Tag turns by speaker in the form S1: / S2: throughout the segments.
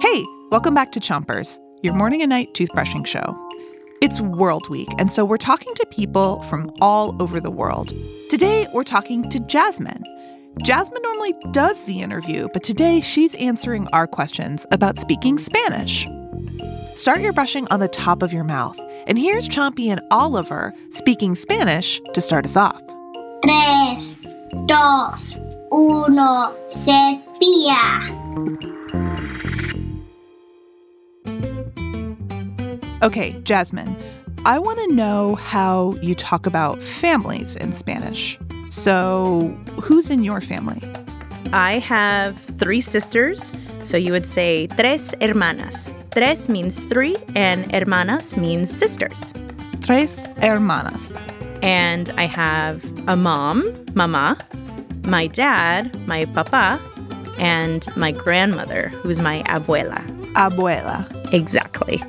S1: Hey, welcome back to Chompers, your morning and night toothbrushing show. It's World Week, and so we're talking to people from all over the world. Today, we're talking to Jasmine. Jasmine normally does the interview, but today she's answering our questions about speaking Spanish. Start your brushing on the top of your mouth, and here's Chompy and Oliver speaking Spanish to start us off.
S2: Tres, dos, uno, cepilla.
S1: Okay, Jasmine, I want to know how you talk about families in Spanish. So, who's in your family?
S3: I have three sisters, so you would say tres hermanas. Tres means three, and hermanas means sisters.
S1: Tres hermanas.
S3: And I have a mom, mama, my dad, my papa, and my grandmother, who's my abuela.
S1: Abuela.
S3: Exactly.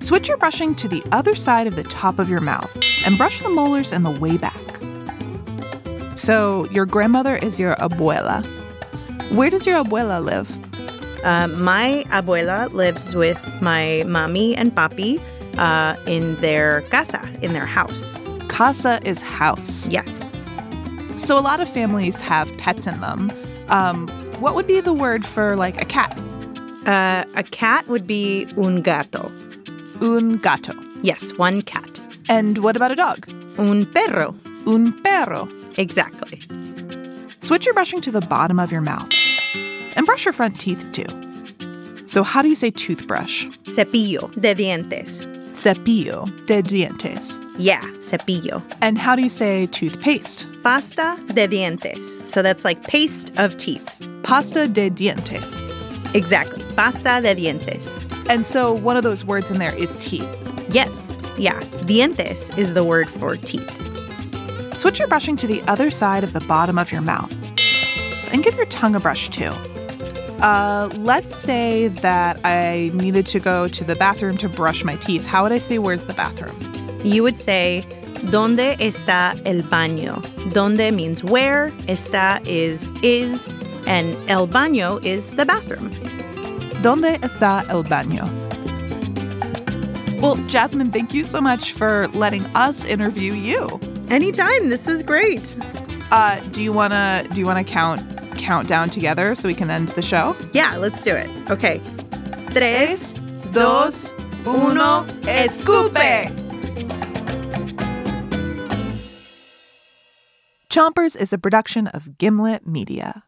S1: Switch your brushing to the other side of the top of your mouth and brush the molars and the way back. So, your grandmother is your abuela. Where does your abuela live?
S3: Uh, my abuela lives with my mommy and papi uh, in their casa, in their house.
S1: Casa is house.
S3: Yes.
S1: So, a lot of families have pets in them. Um, what would be the word for like a cat?
S3: Uh, a cat would be un gato.
S1: Un gato.
S3: Yes, one cat.
S1: And what about a dog?
S3: Un perro.
S1: Un perro.
S3: Exactly.
S1: Switch your brushing to the bottom of your mouth and brush your front teeth too. So, how do you say toothbrush?
S3: Cepillo de dientes.
S1: Cepillo de dientes.
S3: Yeah, cepillo.
S1: And how do you say toothpaste?
S3: Pasta de dientes. So that's like paste of teeth.
S1: Pasta de dientes.
S3: Exactly. Pasta de dientes.
S1: And so, one of those words in there is teeth.
S3: Yes. Yeah. Dientes is the word for teeth.
S1: Switch your brushing to the other side of the bottom of your mouth. And give your tongue a brush too. Uh, let's say that I needed to go to the bathroom to brush my teeth. How would I say, where's the bathroom?
S3: You would say, ¿Dónde está el baño? ¿Dónde means where, está is is, and el baño is the bathroom.
S1: ¿Dónde está el baño? Well, Jasmine, thank you so much for letting us interview you.
S3: Anytime. This was great.
S1: Uh, do you wanna do you wanna count count down together so we can end the show?
S3: Yeah, let's do it. Okay.
S1: Tres,
S3: Tres, dos, uno, escupe.
S1: Chompers is a production of Gimlet Media.